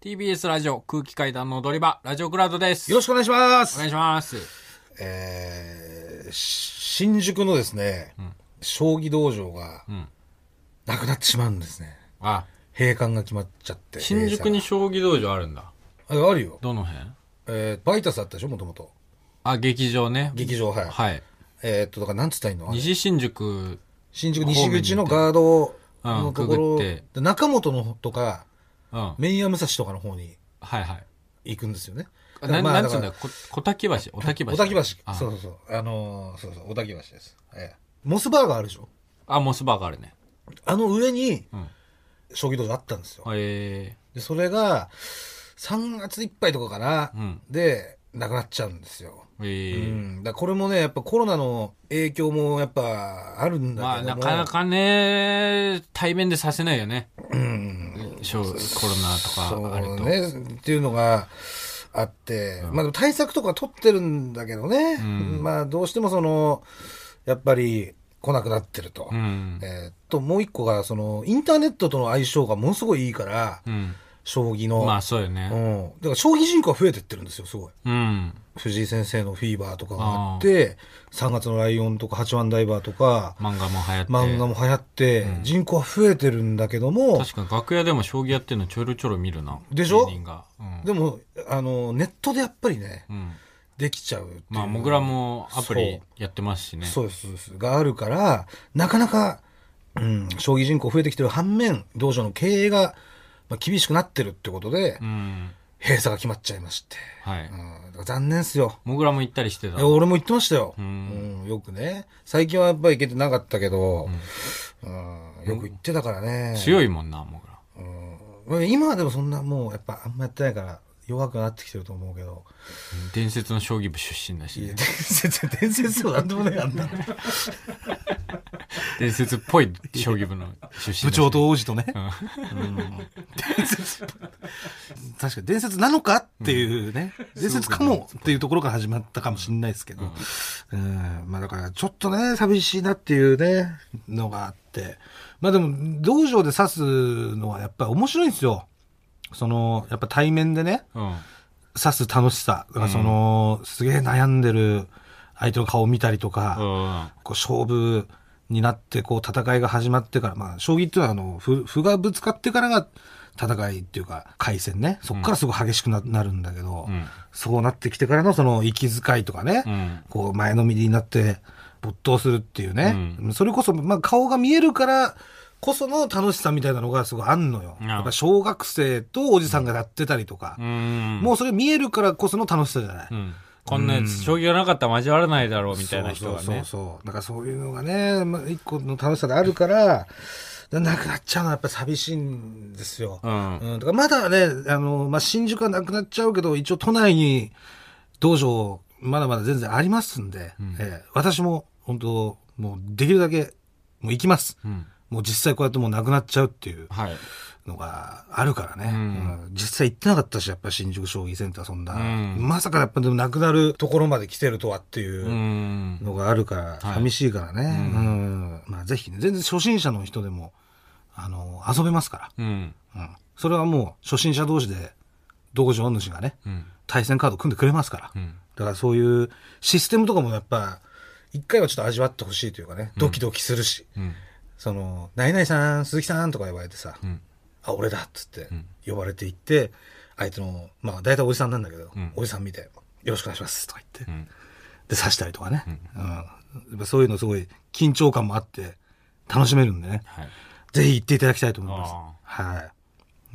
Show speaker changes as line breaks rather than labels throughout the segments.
TBS ラジオ空気階段の踊り場、ラジオクラウドです。
よろしくお願いしま
お願
す。
いします。
えー、し新宿のですね、将棋道場が
ん、
なくなってしまうんですね。
あ、
閉館が決まっちゃって。
新宿に将棋道場あるんだ。
閉鎖がああるよ。
どの辺
えー、バイタスあったでしょ、もともと。
あ、劇場ね。
劇場、はい。
はい。
えーっと、だから、なんつったらいいのあれ
西新宿、
新宿西口のガード
うん
のとこ
くぐ
ろ、
って
で中本のとか、
うん。はい
麺屋武蔵とかの方に
はい。
行くんですよね。
あな
まあ
なんつうん
か
だ
ら
こ小滝橋、小滝橋。
小滝橋。そう
あ
そうそう。あのーそうそう、小滝橋です。ええモスバーガーあるでしょ
あ、モスバーガーあるね。
あの上に
うん。
将棋道場あったんですよ。
え
で、それが、3月いっぱいとかかな、
うん
で、なくなっちゃうんですよ。
ー、え
う
ー。
ん。だからこれもね、やっぱコロナの影響もやっぱあるんだけども。
まあ、なかなかね、対面でさせないよね。うん。しょコロナとかある
そ
と。
うね、っていうのがあって、まあでも対策とか取ってるんだけどね、まあどうしてもその、やっぱり来なくなってると。
うん。
えーっと、もう一個が、その、インターネットとの相性がものすごいいいから、
うん。
将棋の。
まあ、そうよ
う
ね。
ん。だから将棋人口は増えてってるんですよ、すごい。
うん。
藤井先生のフィーバーとかがあって、3月のライオンとか八番ダイバーとか、
漫画も流行って。
漫画も流行って、人口は増えてるんだけども、
確かに楽屋でも将棋やってるのちょろちょろ見るな。
でしょ
芸人が。うん。
でも、あの、ネットでやっぱりね、
うん。
できちゃうっていう。
まあ、もぐらもアプリやってますしね。
そうです、そうです。があるから、なかなか、うん、将棋人口増えてきてる反面、道場の経営が、まあ、厳しくなってるってことで、
うん。
閉鎖が決まっちゃいまして。
はい
うん、。だから残念っすよ。
もぐらも行ったりしてた
いや。俺も言ってましたよ、うんんよくね。最近はやっぱり行けてなかったけど、うんよく行ってたからね。
強いもんな、もぐら。
うん今はでもそんなもう、やっぱあんまやってないから、弱くなってきてると思うけ
う
ど。
ん伝説の将棋部出身だし
いや
ね。
伝説、伝説でもなんでもないあんな。
伝説っぽい将棋部の出身だしね。
と王子とね。
うん。
伝説確かに伝説なのかっていうね、伝説かもっていうところから始まったかもしれないですけど、うん、まあだからちょっとね、寂しいなっていうね、のがあって、まあでも、道場で指すのはやっぱり面白いんですよ。その、やっぱ対面でね、
うん。
指す楽しさ。だからその、すげえ悩んでる相手の顔を見たりとか、
うん。
こう勝負になってこう戦いが始まってから、まあ、将棋っていうのはあの歩歩がぶつかってからが戦いっていうか回戦ねそこからすごい激しくな,、なるんだけど、
うん
そうなってきてからのその息遣いとかね、
うん
こう前のめりになって没頭するっていうね、
う
それこそ、まあ、顔が見えるからこその楽しさみたいなのがすごいあんのよ。
うん
やっぱ小学生とおじさんがやってたりとか、
うん。
もうそれ見えるからこその楽しさじゃない。
うん。こんなやつ、将棋がなかったら交わらないだろう、みたいな人が
そうそ
ね
う。そうだからそういうのがね、まあ、一個の楽しさであるからだなくなっちゃうのはやっぱ寂しいんですよ、
う
うん
ん。
だからまだねあの、まあ、新宿はなくなっちゃうけど一応都内に道場まだまだ全然ありますんで、ええ私も本当もうできるだけもう行きます、
うん。
もう実際こうやってもうなくなっちゃうっていう
はい。
のがあるからね、
うん
うん実際行ってなかったしやっぱ新宿将棋センターそんな、
うん
まさかやっぱでもなくなるところまで来てるとはっていう、
うん。
のがあるから、
はい
寂しいからね。うん。まあぜひね、全然初心者の人でも、あの、遊べますか
うん。
ら。うん。それはもう初心者同士で、道場主がね、
うん。
対戦カード組んでくれますから。
うん。
だからそういうシステムとかもやっぱ、一回はちょっと味わってほしいというかね、ドキドキするし、
うん。
その、ナイナイさん、鈴木さんとか言われてさ、
うん。
あ、俺だっつって、呼ばれていって、相手の、まあ大体おじさんなんだけど、
ん
おじさん見て、よろしくお願いしますとか言って、
うん。
で刺したりとかね、うんやっぱそういうのすごい緊張感もあって楽しめるんでね
はい。
ぜひ行っていただきたいと思いますは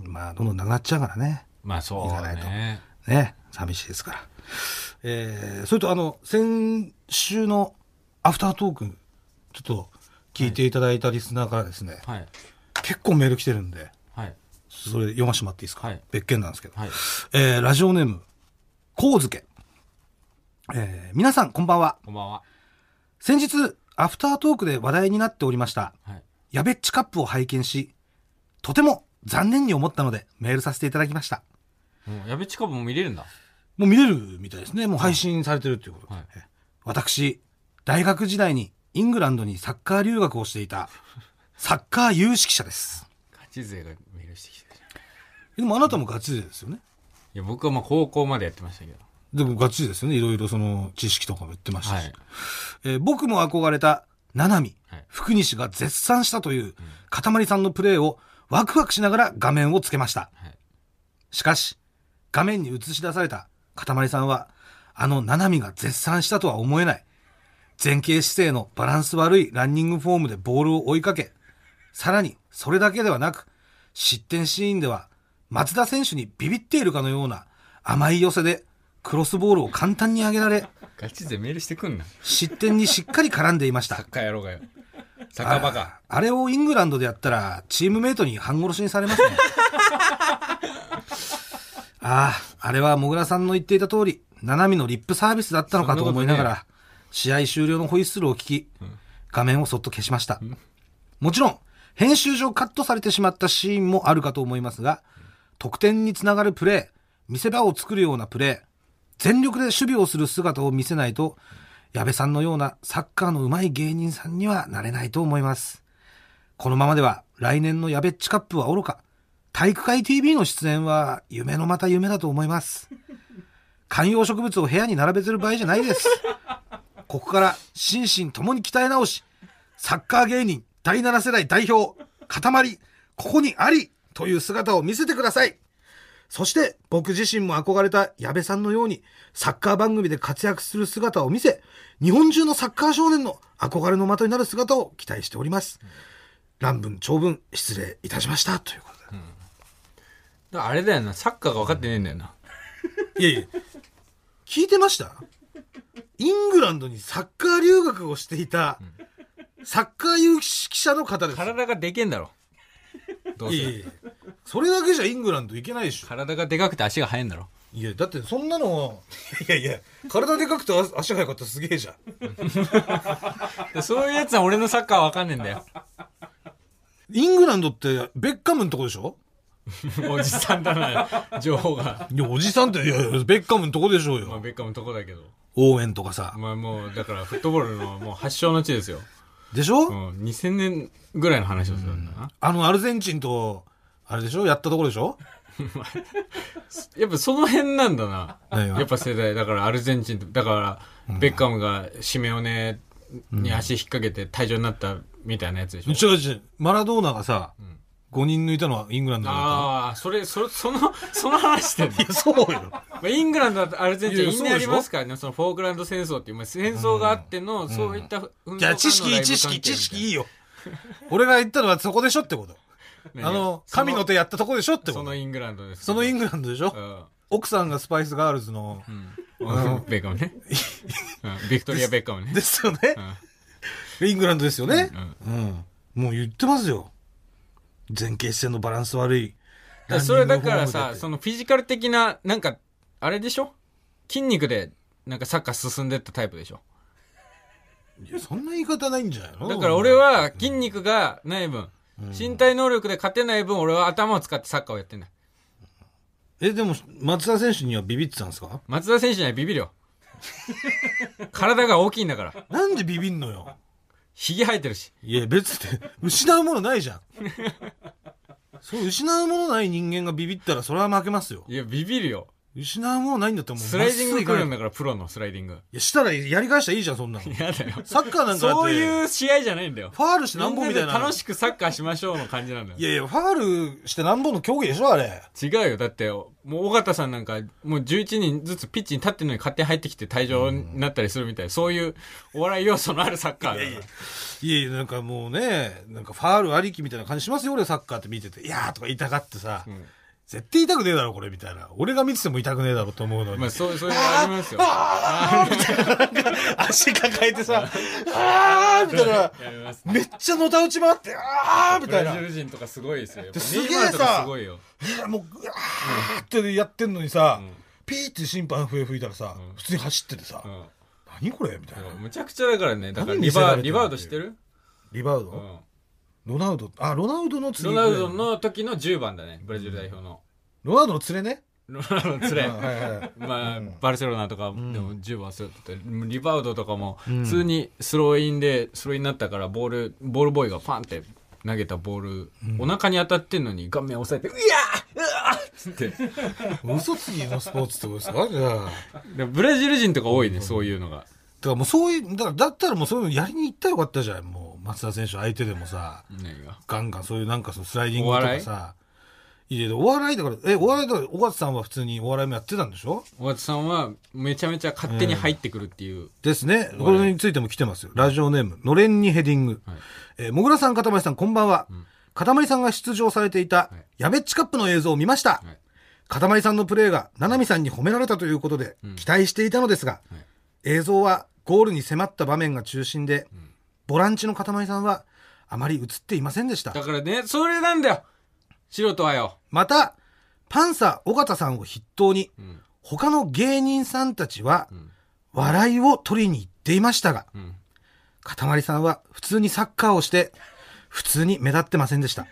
いまあどんどんなくなっちゃうからね
まあそう
行かないと
ね。
ね寂しいですからえー、それとあの先週のアフタートークちょっと聞いていただいたリスナーからですね、
はい。
結構メール来てるんで
はい。
それ読ませてもらっていいですか、
はい
別件なんですけど、
はい。
えーラジオネームこうづけえー皆さんこんばんは
こんばんは。
先日アフタートークで話題になっておりました
はい。
やべっちカップを拝見しとても残念に思ったのでメールさせていただきました
もう、矢部近部も見れるんだ。
もう見れるみたいですねもう配信されてるということで、
はい
え私大学時代にイングランドにサッカー留学をしていたサッカー有識者です
ガチ勢がメールしてきてるじ
でもあなたもガチ勢ですよね。
いや僕はまあ高校までやってましたけど。
でもガチ勢ですよね。いろいろその知識とかも言ってました
は
し。
い。
えー僕も憧れた、七海、
はい
福西が絶賛したという、かたまりさんのプレーをワクワクしながら画面をつけました。
はい。
しかし、画面に映し出されたかたまりさんは、あの七海が絶賛したとは思えない。前傾姿勢のバランス悪いランニングフォームでボールを追いかけ、さらにそれだけではなく、失点シーンでは松田選手にビビっているかのような甘い寄せでクロスボールを簡単に上げられ、
ガチ勢メールしてくんな。
失点にしっかり絡んでいました
サ。ッカーやろうがよ。サッカーバカ。
ああれをイングランドでやったら、チームメイトに半殺しにされますね。ああ、あれはもぐらさんの言っていた通り、七海のリップサービスだったのかと思いなが
そんな
ら、試合終了のホイッスルを聞き、画面をそっと消しました。もちろん、編集上カットされてしまったシーンもあるかと思いますが、得点につながるプレー、見せ場を作るようなプレー、全力で守備をする姿を見せないと、矢部さんのようなサッカーの上手い芸人さんにはなれないと思います。このままでは来年のやべっちカップはおろか、体育会 TV の出演は夢のまた夢だと思います。観葉植物を部屋に並べてる場合じゃないです。ここから心身ともに鍛え直し、サッカー芸人第7世代代表、塊、ここにありという姿を見せてください。そして僕自身も憧れた矢部さんのようにサッカー番組で活躍する姿を見せ、日本中のサッカー少年の憧れの的になる姿を期待しております。乱文長文失礼いたしましたということ
だからあれだよな、サッカーが分かってねえんだよな。
で。いやいや、聞いてましたイングランドにサッカー留学をしていた、サッカー有識者の方です。
体がでけえんだろ。どう
いやい
せ。
やいやそれだけじゃイングランド行けないでしょ。
体がでかくて足が速いんだろ。
いや、だってそんなの、いやいや、体でかくて足足速かったらすげえじゃん。
でそういうやつは俺のサッカー分かんねえんだよ。
イングランドってベッカムのとこでしょ
おじさんだな、情報が。
いや、おじさんって、いやいや、ベッカムのとこでしょう
まあ、
よ。
ベッカムのとこだけど。
応援とかさ。
まあもう、だからフットボールのもう発祥の地ですよ。
でしょ、
うん、2000年ぐらいの話をするんだな。
あの、アルゼンチンと、あれでしょやったところでしょ
やっぱその辺なんだな。
何が
やっぱ世代、だからアルゼンチンと、だから、ベッカムがシメオネに足引っ掛けて退場になったみたいなやつでしょ。
違う違う。マラドーナがさ、5人抜いたのはイングランドだっ
ああ、それ、それ、その、その話してんの
た。いや、そうよ。
まあイングランドとアルゼンチン、
いや
因縁ありますからね、そのフォークランド戦争っていう、まあ、戦争があっての、そういったふ、運動
じゃあ、知
家のライ
識、
ブ関
知
係
識、
みたい
知
な
識いいよ。俺が言ったのはそこでしょってこと。
ね
あの、
そ
神の手やったとこでしょってこ
その
と。
イングランドですけど。
そのイ
ン
ングランドでしょ
うん
奥さんがスパイスガールズの、
うん。ベッカム ね。うんビクトリア・ベッカムね。
ですよね。イングランドですよね
う。ん
うん。もう言ってますよ。前傾姿勢のバランス悪い。
だからそれだから
ランニングフォーム
さ
って
そのフィジカル的ななんかあれでしょ筋肉でなんかサッカー進んでったタイプでしょ
いやそんな言い方ないんじゃないの
だから俺、は筋肉がない分、身体能力で勝てない分俺は頭を使ってサッカーをやってんだ
え、でも、松田選手にはビビってたんですか
松田選手にはビビる よ体が大きいんだから
なんでビビんのよ。
ひげ生えてるし
いや、別って、失うものないじゃん。そう、失うものない人間がビビったら、それは負けますよ。
いやビビるよ
失うものないんだったらもう、
スライディング来
まっすぐ行かな
る
い
んだからプロのスライディング
いや、したらやり返したらいいじゃん、そんなの。
やだよ
サッカーなんかだって
そういう試合じゃないんだよ
ファールしてなんぼ
み
み
んな
た
で
いな。
楽しくサッカーしましょうの感じなんだよ
いやいや、ファールしてなんぼの競技でしょ、あれ。
違うよ。だって、もう、尾形さんなんか、もう11人ずつピッチに立ってるのに勝手に入ってきて退場になったりするみたいな、そういうお笑い要素のあるサッカーだから
いやいや、なんかもうね、なんかファールありきみたいな感じしますよ、俺サッカーって見てて。いやーとか痛がってさ、絶対痛くねえだろ、これ、みたいな。俺が見てても痛くねえだろと思うのに。
まあ、そう、そういうのありますよ。
足抱え てさ、あーみたいな。
あり ます。
めっちゃのたうち回って、あーみ
ブ
たい
ラ
な。
ジ
い
ル人とかすごいですよ。やっぱ
ですげ
ネイ
えさ
マールとかすごいよ。
や、もう、あーってやってんのにさ、ピーって審判笛吹いたらさ、普通に走っててさ、
うん。
何これみたいな。
むちゃくちゃだからね、だから
何
リ
見せられ
バ
てんの
リバードしてる
リバウド、
うん。
ロナウド、あ、ロナウドの次
ロナウド。の時の10番だね、ブラジル代表の。
ロナウドの連れね。
ロナウドの連れ。
うんはいはいはい。
まあ、バルセロナとかでも10番するっててリバウドとかも普通にスローインでスローインになったからボールボールボーイがパンって投げたボール、お腹に当たってんのに顔面押さえて「うやーうわー!」つって。
嘘つきのスポーツってことですかじゃあ。
でブラジル人とか多いね、そういうのが。
だからもうそういう、だからだったらもうそういうのやりに行ったらよかったじゃん。もう松田選手相手でもさ、
何が
ガンガンそういうなんかそのスライディングとかさ、入れて、お笑いだから、え、お笑いだから、小勝さんは普通にお笑いもやってたんでしょ
小松さんはめちゃめちゃ勝手に入ってくるっていう。
ですね。これについても来てますよ。ラジオネーム、のれんにヘディング。
はい
えーもぐらさん、かたまりさん、こんばんは。かたまりさんが出場されていた
い、
やめっちカップの映像を見ました。
はい
かたまりさんのプレーが、ななみさんに褒められたということで、期待していたのですが、
はい
映像はゴールに迫った場面が中心で、ボランチのかたまりさんは、あまり映っていませんでした
だ。からね、それなんだよ素人はよ。
また、パンサー尾形さんを筆頭に、
ん
他の芸人さんたちは
ん、
笑いを取りに行っていましたが、
ん
かたまりさんは普通にサッカーをして、普通に目立ってませんでした。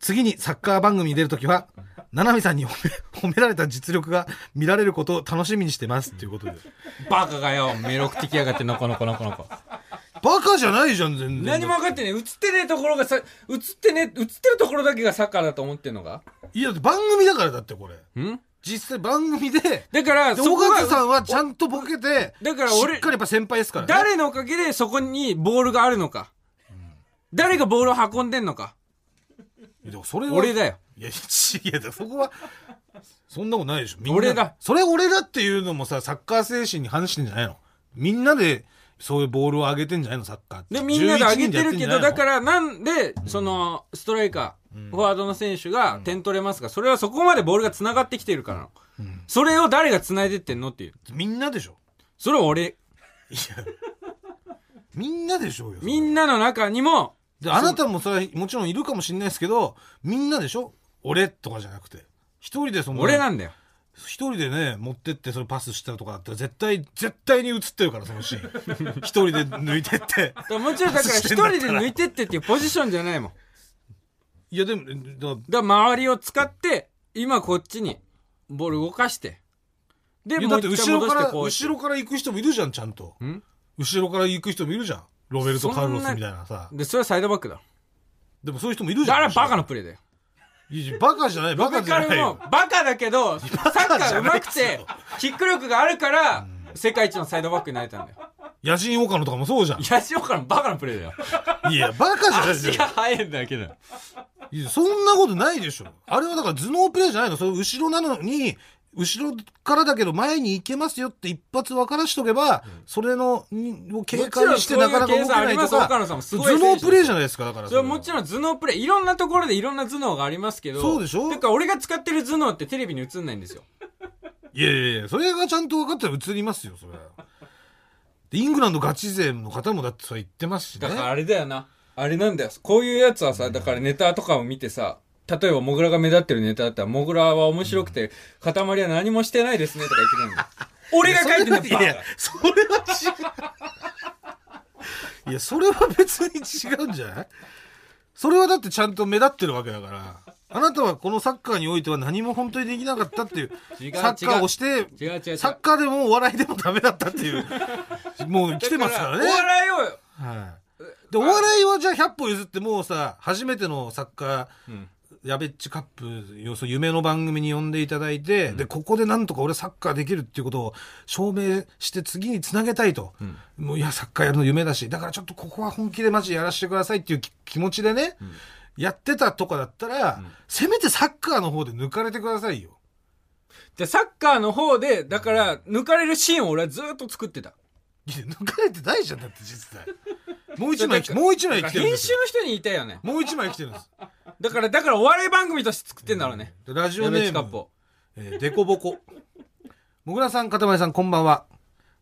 次にサッカー番組に出るときは、ななみさんに褒め褒められた実力が見られることを楽しみにしてます。ということで。
バカがよ、メロクテきやがって、のこのこのこのこ。
バカじゃないじゃん、全然。
何も分かってねえ。映ってねえところがさ、映ってねえ、映ってるところだけがサッカーだと思ってんのか
いや、だって番組だからだって、これ。
ん
実際番組で、
だから、
で
そこ
尾形さ
が、
んはちゃんとボケて、
だから俺
しっかりやっぱ先輩ですからね。
誰のおかげでそこにボールがあるのか。誰がボールを運んでんのか。
でもそれは
俺だよ。
いや、いや、いやそこは、 そんなことないでしょ。み んな
俺だ。
それ俺だっていうのもさ、サッカー精神に反してんじゃないのみんなで、そういうボールを上げてんじゃないのサッカーって。。
で、みんなで上げてるけど、だかららなんで、その、ストライカー、フォワードの選手が点取れますかそれはそこまでボールが繋がってきてるからなの。それを誰が繋いでってんのっていう。
みんなでしょ。
それは俺、
いや。みんなでしょうよ。
みんなの中にも、
で、あなたもそれはもちろんいるかもしれないですけど、みんなでしょ俺とかじゃなくて。一人でその、
俺なんだよ。
一人でね、持ってってそれパスしたとかだったら絶対、絶対に映ってるから、そのシーン。一人で抜いてって。
だからもちろんだから一
外してん
人
だった
で
ら
抜いてってっていうポジションじゃないもん。だか
いや、でも、
ら
だ
周りを使って、今こっちにボール動かして。で、
い
も
やだっ
う
て
一回
後ろ
戻
か
して
ら、
こうして。
後ろから行く人もいるじゃん、ちゃんと。
ん
後ろから行く人もいるじゃん。ロベルト・カルロスみたいなさ。
で、それはサイドバックだろ。
でもそういう人もいるじゃ
だ
ん。
からバカ
な。
のプレーだよ。
いやバカじゃない、バカ
だ
じ
か
ゃない
らも
よ。
う、バカだけど、サッカー上手くて、キック力があるから、世界一のサイドバックになれたんだよ。
野心岡野とかもそうじゃ
ヤシオカのバカのプレーだよ。
ん。いや、バカじゃないです
足が速いんだけど。
よ。そんなことないでしょ。あれはだから頭脳プレーじゃないの。それ後ろなのに、後ろからだけど前に行けますよって一発分からしとけば、それの、にを警戒してなかなか動けない
も
と
ちろんそういう計算あります岡
か、
野さん
頭
もすごい選手
脳プレーじゃないですか、だから。
それはもちろん頭脳プレー、いろんなところでいろんな頭脳がありますけど。
そうでしょ
だから俺が使ってる頭脳ってテレビに映んないんですよ。
いやいやいや、それがちゃんと分かったら映りますよ、それは。でイングランドガチ勢の方もだってそれ言ってますしね
だ。からあれだよな。あれなんだよ。こういうやつはさ、だからネタとかを見てさ、例えば、モグラが目立ってるネタだったら、モグラは面白くて、塊は何もしてないですね、とか言ってくるんだよ。 俺が書いてんだよ、
い
バ
やい
カ
や、それは違う。いや、それは別に違うんじゃないそれはだってちゃんと目立ってるわけだから。あなたはこのサッカーにおいては何も本当にできなかったっていう。
違う
サッカーをして、
違う違う違う
サッカーでもお笑いでもダメだったっていう。もう来てますからね。
だお笑いを、
はい。で、お笑いはじゃあ100歩譲ってもうさ、初めてのサッカー、やべっちカップ、要するに夢の番組に呼んでいただいて、で、ここでなんとか俺サッカーできるっていうことを証明して次につなげたいと。もういや、サッカーやるの夢だし、だからちょっとここは本気でマジやらせてくださいっていうき気持ちでね、やってたとかだったら、せめてサッカーの方で抜かれてくださいよ。
じゃあサッカーの方で、だから、抜かれるシーンを俺はずっと作ってた。
いや抜かれてないじゃん、だって実際。もう 一枚来て、
だから
もう一枚
だか
来て
ら
るん
編
です
集
よ。
の人に言いたいよね。
もう一枚来てるんです。
だから、だからお笑い番組として作ってんだろうね。
ラジ
や
オネ
べち
ー
か
ム
っ。ぽ。
えー、デコボコ。もぐらさん、かたまりさん、こんばんは。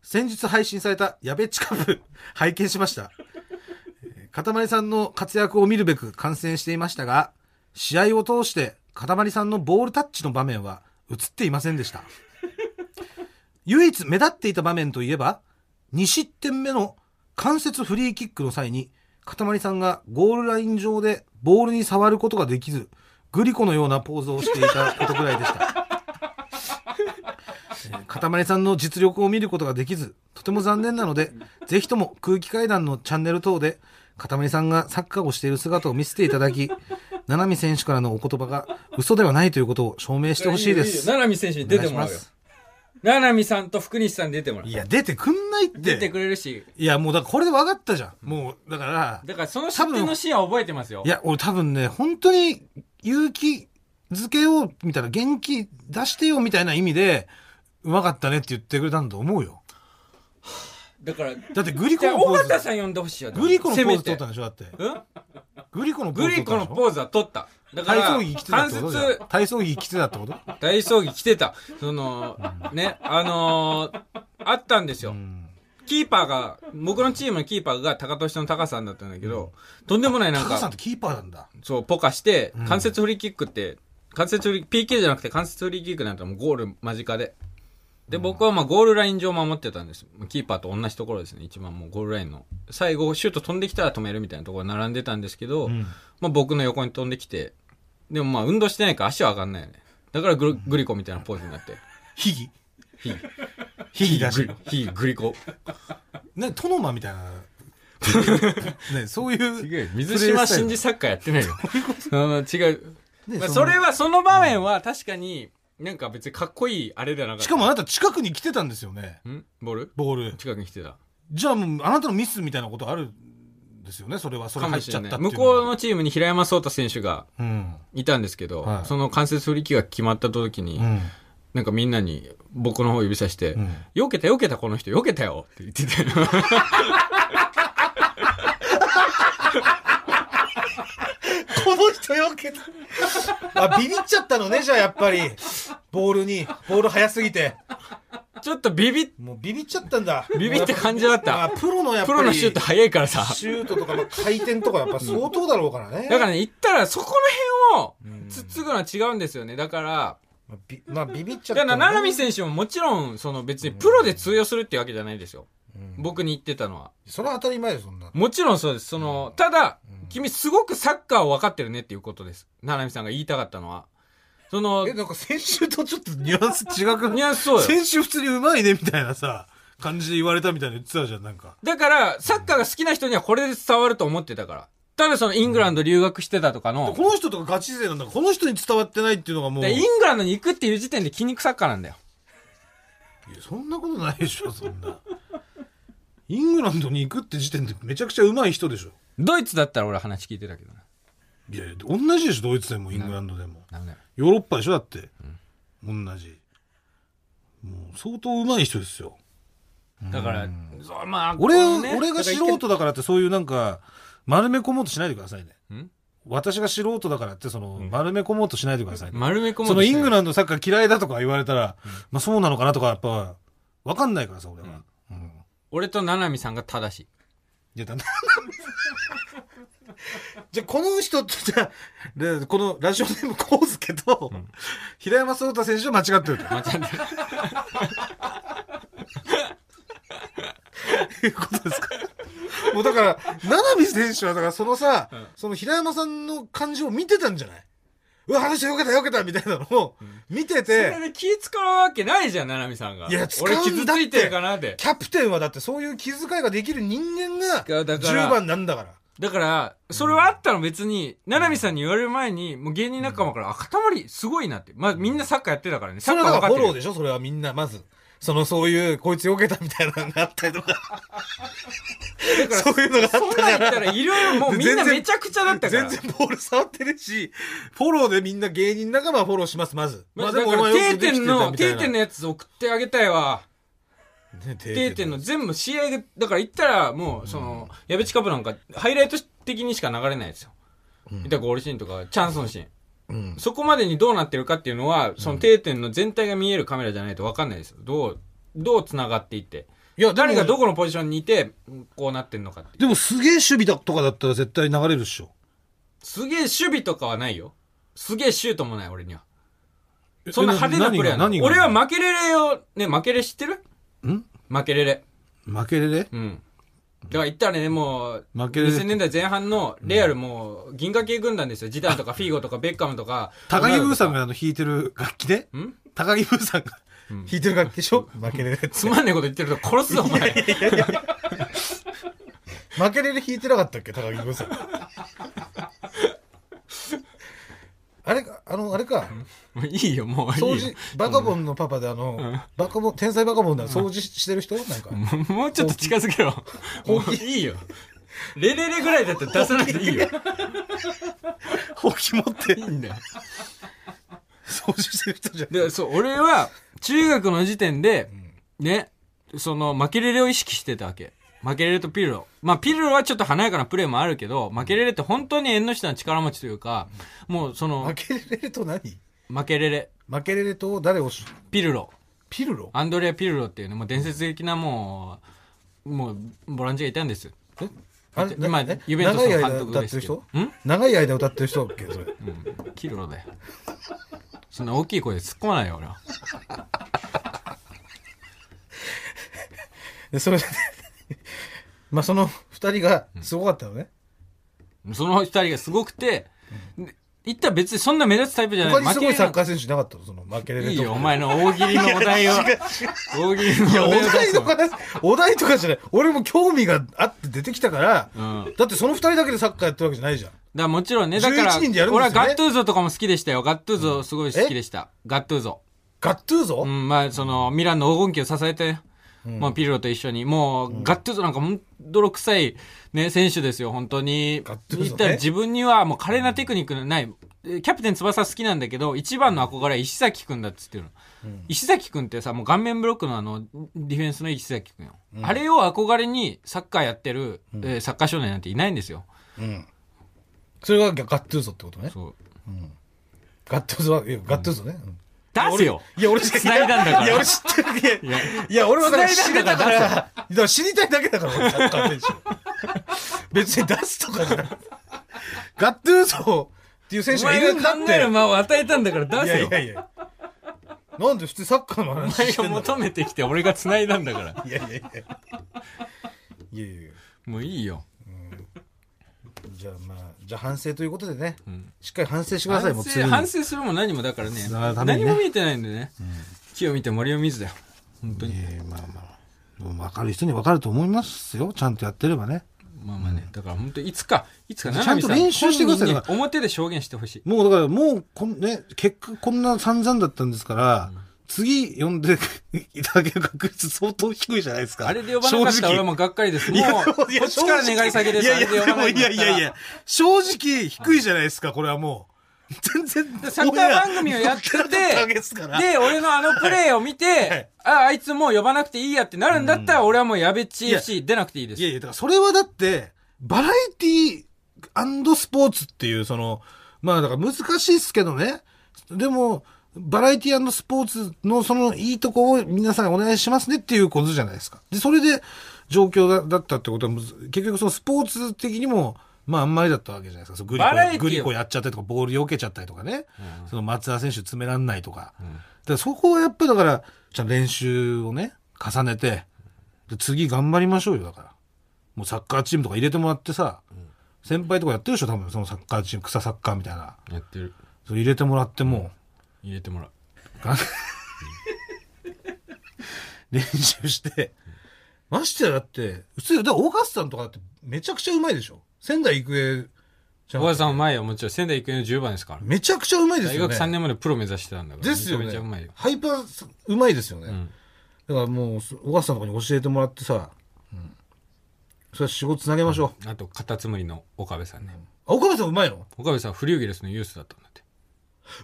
先日配信されたやべっちカップ、拝見しました。えーかたまりさんの活躍を見るべく観戦していましたが、試合を通して、かたまりさんのボールタッチの場面は映っていませんでした。唯一目立っていた場面といえば、2失点目の関節フリーキックの際に、かたまりさんがゴールライン上でボールに触ることができず、グリコのようなポーズをしていたことぐらいでした。かたまりさんの実力を見ることができず、とても残念なので、ぜひとも空気階段のチャンネル等で、かたまりさんがサッカーをしている姿を見せていただき、七海選手からのお言葉が嘘ではないということを証明してほしいで
いよ
す。
七海選手に出てもらうよ
お願いします
七海さんと福西さんに出てもらう
いや、出てくんないって。
出てくれるし
いや、もうだからこれで分かったじゃん。もう、だから、
だからその失点のシーンは覚えてますよ
いや、俺多分ね、本当に勇気づけよう、みたいな、元気出してよ、みたいな意味で、うまかったねって言ってくれたんだと思うよ。
だから
だってグリコ
じゃ
の
あ
ポ
尾
ー
形
ズ。
さん呼んでほしいよ
グリコのポ
せ
ー
め
ズ
て
取ったんでしょだって。
うん
グリコのポー
グ
ズ取
リ
った
コ
んで
の
し
ポ
ょ
ーズは取っただか
体
ら
操着着てたってことじゃん
関
体操着着てたってこと
節体操着着てたそのねあのーあったんですよ、
うん。
キーパーが僕のチームのキーパーが高俊の高さんだったんだけど、とんでもないなん
高さんっ
か
てキーパーなんだ。
そうポカして
うん
関節フリーキックって関節フリー PK じゃなくて関節フリーキックなんてもうゴール間近でで僕はまあゴールライン上守ってたんですキーパーと同じところですね一番もうゴールラインの最後シュート飛んできたら止めるみたいなところに並んでたんですけど、
うん。
まあ、僕の横に飛んできて、でもまあ運動してないから足は上がんないよね。だからグルグリコみたいなポーズになって。
ヒギ。
ヒギ
ヒギだし。
グリヒギグリコ。
ね、トノマみたい な。ね、そういう。
水島新司サッカーやってないよ。 あー違う。
ね
まあ、
の
それは、その場面は確かに、なんか別にかっこいいあれではなかった。
しかもあなた近くに来てたんですよね。
んボール
ボール。
近くに来てた。
じゃあもう、あなたのミスみたいなことあるんですよね、それは。それ
か
入
も
っ
し
ち
れ
ゃっ
な
た
い。
ってい
向
う
こうのチームに平山聡太選手が
うのは。
いたんですけど、
はい
その関節振り機が決まった時に、
うん。うん。
なんかみんなに僕の方指さして、
うん
避けた避けたこの人避けたよって言ってたよ
この人よけた。あ、ビビっちゃったのね、じゃあやっぱり。ボールに、ボール早すぎて。
ちょっとビビっ
もうビビっちゃったんだ。
ビビって感じだった
あプロのやっぱ
プロ
り。
のシュート早いからさ。
シュートとか、まあ回転とかやっぱ相当だろうからね。
だからね、言ったらそこの辺をつっつぐのは違うんですよね。だから、
まあビまあビビっちゃ
だ
った
か
のね
ら、七海選手ももちろん、その別にプロで通用するってわけじゃないですよ。
うん
僕に言ってたのは。
それは当たり前よ、そんなの。
もちろんそうです。その、ただ、君すごくサッカーを分かってるねっていうことです。七海さんが言いたかったのは。その
え、、なんか先週とちょっとニュア ンス違くない
いや、そうよ。
先週普通にうまいねみたいなさ、感じで言われたみたいな言ってたじゃん、なんか。
だから、サッカーが好きな人にはこれで伝わると思ってたから。ただそのイングランド留学してたとかの
こ、の人とかガチ勢なんだから、この人に伝わってないっていうのがもう、
でイ
いや
ングランドに行くっていう時点で筋肉サッカーなんだよ。
そんなことないでしょ、そんな。イングランドに行くって時点でめちゃくちゃうまい人でしょ。
ドイツだったら俺話聞いてたけどな。
いやいや、同じでしょ、ドイツでもイングランドでも。
ダメだよ。
ヨーロッパでしょ、だって。同じ。もう相当うまい人ですよ。
だから、そうまあ、
俺、
このね
俺が素人だからってそういうなんか、丸め込もうとしないでくださいね。
ん
私が素人だからってその、丸め込もうとしないでくださいね。
丸め込む
そのイング
ラン
ランドサッカー嫌いだとか言われたら、まあそうなのかなとかやっぱ、わかんないからさ、俺は。うん
俺と七海さんが正しい。
いやだ じゃあこの人と、じゃあでこのラジオネームコウスケと、平山聡太選手は間違ってると
間違ってない
いうことですか もうだから、七海選手はだからそのさ、その平山さんの感じを見てたんじゃないうわ、話よけたよけたみたいなのを見て
そ
て、
れで気使うわけないじゃん、七海さんが。
いや使うん
俺
だって
傷ついてるかなって。
キャプテンはだってそういう気遣いができる人間が
いやだから
10番なんだから。
だから、それはあったの別に、七海さんに言われる前に、もう芸人仲間から、あ、塊すごいなって。まあみんなサッカーやってたからね。サッ
それ
カー
はだ
分
か
からってる。
フォローでしょそれはみんな、まず。その、そういう、こいつ避けたみたいなのがあったりとか。そういうのがあっ た
そんなん言
か
った
ら。
ら、いろいろもうみんな
全然
めちゃくちゃだったから。
全然ボール触ってるし、フォローでみんな芸人仲間はフォローします、まず。
まあ、
で
だ
も
か
俺は
ら、
よ
定
くできて
点
た
の、
みたい
定
な
点のやつ送ってあげたいわ。
ね
定点の全部試合で、だから言ったらもう、その、矢部チカブなんか、ハイライト的にしか流れないですよ。
うん
いたらゴールシーンとか、チャンスのシーン。
うん。
そこまでにどうなってるかっていうのは、その定点の全体が見えるカメラじゃないと分かんないですよ。どう、どう繋がっていって。
いや、
誰がど
こ
このポジションにいて、こうなってんのかっていう。
でもすげえ守備だとかだったら絶対流れるでしょ。
すげえ守備とかはないよ。すげえシュートもない、俺には。そんな派手なプレーはない。
何が
俺は負けれれを、ね、負けれ知ってる
ん
負けれれ。
負けれれ
うん。だから言ったらね、もう、
負けれれ
2000年代前半のレアルもう、銀河系軍団ですよ。ジダンと かフィーゴとかベッカムとか。
高木ブーさん
が。
があの弾いてる楽器で
ん
高木ブーさんが弾いてる楽器でしょ 負けれれって
つまんねえこと言ってると殺すぞ、お前。
負けれれ弾いてなかったっけ高木ブーさん。あれか、あの、あれか、
もういいよ、もういいよ
掃除、バカボンのパパであの、バカボン、天才バカボンだ、掃除してる人なんか。
もうもうちょっと近づけろ。もういいよ。レレレぐらいだったら出さなくていいよ。
ほうき持 って
いいんだよ。
掃除してる人じゃん。
で、そう、俺は、中学の時点で、ね、その、負けれれを意識してたわけ。負けれれとピルロ。まあ、ピルロはちょっと華やかなプレーもあるけど、負けれれって本当に縁の下の力持ちというか、もうその
負、けれれと何
負けれれ、
負けれれと誰をし、
ピルロ、
ピルロ
アンドレア・ピルロっていうね、もう伝説的なもう、もう、ボランチがいたんです。
えあれ
今
え、
ユベントスの
長い
監
間
督
歌っ
で
て
す
る
けど
人。長い間歌ってる人だっけそれ。
うんピルロだよ。そんな大きい声で突っ込まないよ、俺は。
で、それで、 まあその二人がすごかったのね。
その二人がすごくて、で言ったら別にそんな目立つタイプじゃない。
他にすごい
負け
サ
れ
ッ
れ
カー選手いなかったのその負けれれとか。
いいよ、お前の大喜利のお題を。大喜利のお
いや、お
題を出
題
す
と
の。
か、お題とかじゃない。俺も興味があって出てきたから、
うん
だってその二人だけでサッカーやってるわけじゃないじゃん。
だからもちろんね、だから、
11人でやるんです
俺は
よね
ガットゥーゾとかも好きでしたよ。ガットゥーゾすごい好きでした。ガットゥーゾ。
ガットゥーゾ、
うん、まあ、その、ミランの黄金期を支えて、もうピルロと一緒に、もう、ガットゥーゾなんかもん、泥臭い、ね、選手ですよ、本当に。
ガットゥーゾね
言ったら自分にはもう華麗なテクニックのない、えーキャプテン翼好きなんだけど、一番の憧れは石崎くんだっつってるの。石崎くんってさ、もう顔面ブロックのあの、ディフェンスの石崎くんよ。あれを憧れにサッカーやってる、えーサッカー少年なんていないんですよ。
うん。それがガットゥーゾってことね。
そう。
ガットゥーゾは、いやガットゥーゾね。うん
出すよ
いや、俺知
繋いだんだから
いや、俺知ってるけど。いや、いや俺はだから知
繋
り
いだ
た
ん
か、
だからら
だから知りたいだけだから、俺サッカー選手。別に出すとかじゃなくてガットゥーゾっていう選手
お
がい
前
るんだ
が
っ
考
て。
える間を与えたんだから
い
出
や
せ
い
よ
やいや。なんで普通サッカーの
お
話
前
して
が
んの
求めてきて俺が繋いだんだから。
いやいやいや。いやいやいや。
もういいよ。
じゃあまあ、じゃあ反省ということでね。
ん
しっかり反省してください、
反
もう
省、反省するも何もだからね。
あーダメね
何も見えてないんでね。木を見て森を見ずだよ。本当に。
えまあまあ。もう分かる人に分かると思いますよ。ちゃんとやってればね。
まあまあね。だから本当いつか、いつか
ちゃんと練習してくださいよ
本人に表で証言してほしい。
もうだから、もうこん、ね、結果こんな散々だったんですから、次呼んでいただける確率相当低いじゃないですか。
あれで呼ばなかったら俺
正直
もがっかりです。も、
いうや
こっ
いや
ちから願い下げです。
いやい
あれで呼ばなか
や、
った
いや
ら
いやいや、正直低いじゃないですか、これはもう。全
で
然。
サッカー番組をやって
オンエア乗なかたわけですから
て、で、俺のあのプレーを見 て、あ、あいつもう呼ばなくていいやってなるんだったら、俺はもうやべっちいし、出なくていいです
いや。いや、だからそれはだって、バラエティースポーツっていう、その、まあだから難しいっすけどね。でも、バラエティースポーツのそのいいとこを皆さんお願いしますねっていうことじゃないですか。で、それで状況だだったってことはむず、結局そのスポーツ的にも、まああんまりだったわけじゃないですか。そのグリコ
バラエティー
グリコやっちゃったりとか、ボール避けちゃったりとかね。その松田選手詰めらんないとか。だからそこはやっぱりだから、じゃあ練習をね、重ねて、で次頑張りましょうよだからもうサッカーチームとか入れてもらってさ、先輩とかやってるでしょ多分そのサッカーチーム草サッカーみたいな
やってる。
それ入れてもらっても
入れてもらう。
う、が練習してましてやだって普通だからオーガスタンとかだってめちゃくちゃうまいでしょ仙台育英じ
小
ん
林さんうまいよ。もちろん仙台育英の10番ですから。
めちゃくちゃうまいです
大
よ
学
ね
3年までプロ目指してたんだから。
ですよ
めちゃめちゃうまい
ね
よ。
ハイパーうまいですよね、
ん
だからもう小川さんとかに教えてもらってさ、それは仕事つなげましょう、
あと、カタツムリの岡部さんね。
あ、岡部さんうまいの
岡部さん、フリューゲルスのユースだったんだって。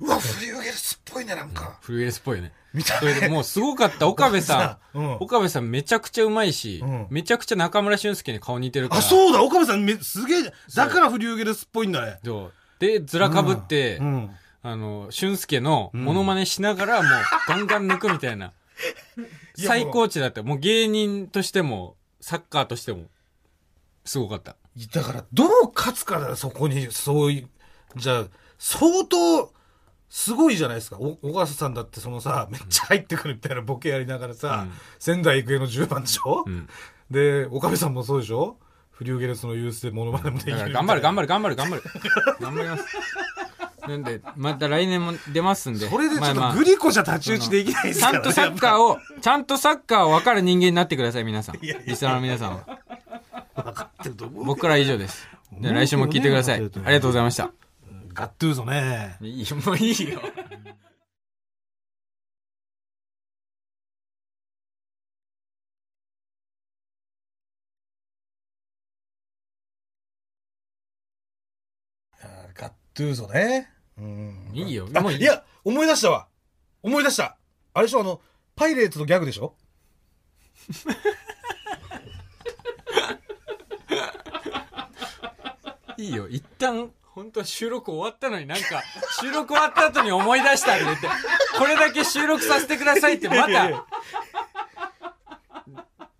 うわ、フリューゲルスっぽいね、なんか。
フリューゲルスっぽいよね。
見た
それでもうすごかった。岡部さん。
岡部
岡部さ
さん うん
んめちゃくちゃうまいし、
うん
めちゃくちゃ中村俊介に顔似てるから。
あ、そうだ、岡部さんめ、すげえ、だからフリューゲルスっぽいんだね。
そうで、ずらかぶって、
うん。
あの、俊介のモノマネしながら、もう、ガンガン抜くみたいな。
いや
最高値だった。もう芸人としても、サッカーとしても、すごかった。
だから、どう勝つかだよ、そこに、そういう、じゃあ、相当、すごいじゃないですか。お小川さんだってそのさ、めっちゃ入ってくるみたいなボケやりながらさ、
うん
仙台育英の10番でしょ、
うん。
で、岡部さんもそうでしょフリューゲルスのユースでモノマネもでき
だ
る
か
みた
ら
いな。
頑張る、頑張る、頑張る、頑張る。頑張ります。なんで、また来年も出ますんで。
これでちょっ
まあまあ
とグリコじゃ太刀打ちできないです
ち
か
ゃ
ら、
ん
ね。
とサッカーを、ちゃんとサッカーを分かる人間になってください、皆さん。
いやいや
リスナーの皆さんは。
分かってると思うけど
僕らは以上です。じゃあ来週も聞いてください。ありがとうございました。
ガッドゥーゾね。
いいもういいよ。
あーガッドゥーゾね。うん
いいよ
あ
もういい
いや、思い出したわ。思い出した。あれでしょ、あの、パイレーツのギャグでしょ
いいよ。一旦、本当は収録終わったのになんか、収録終わった後に思い出したって言って、これだけ収録させてくださいって、また、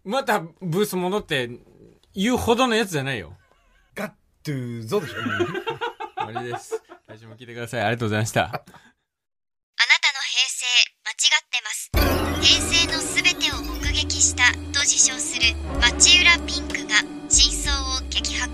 またブース戻って、言うほどのやつじゃないよ。
ガッドゥーゾでしょ
終わりです。来週も聞いてください。ありがとうございました。
あなたの平成間違ってます平成のすべてを目撃したと自称する町浦ピンクが真相を激白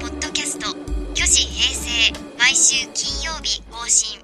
ポッドキャスト「巨子平成」毎週金曜日更新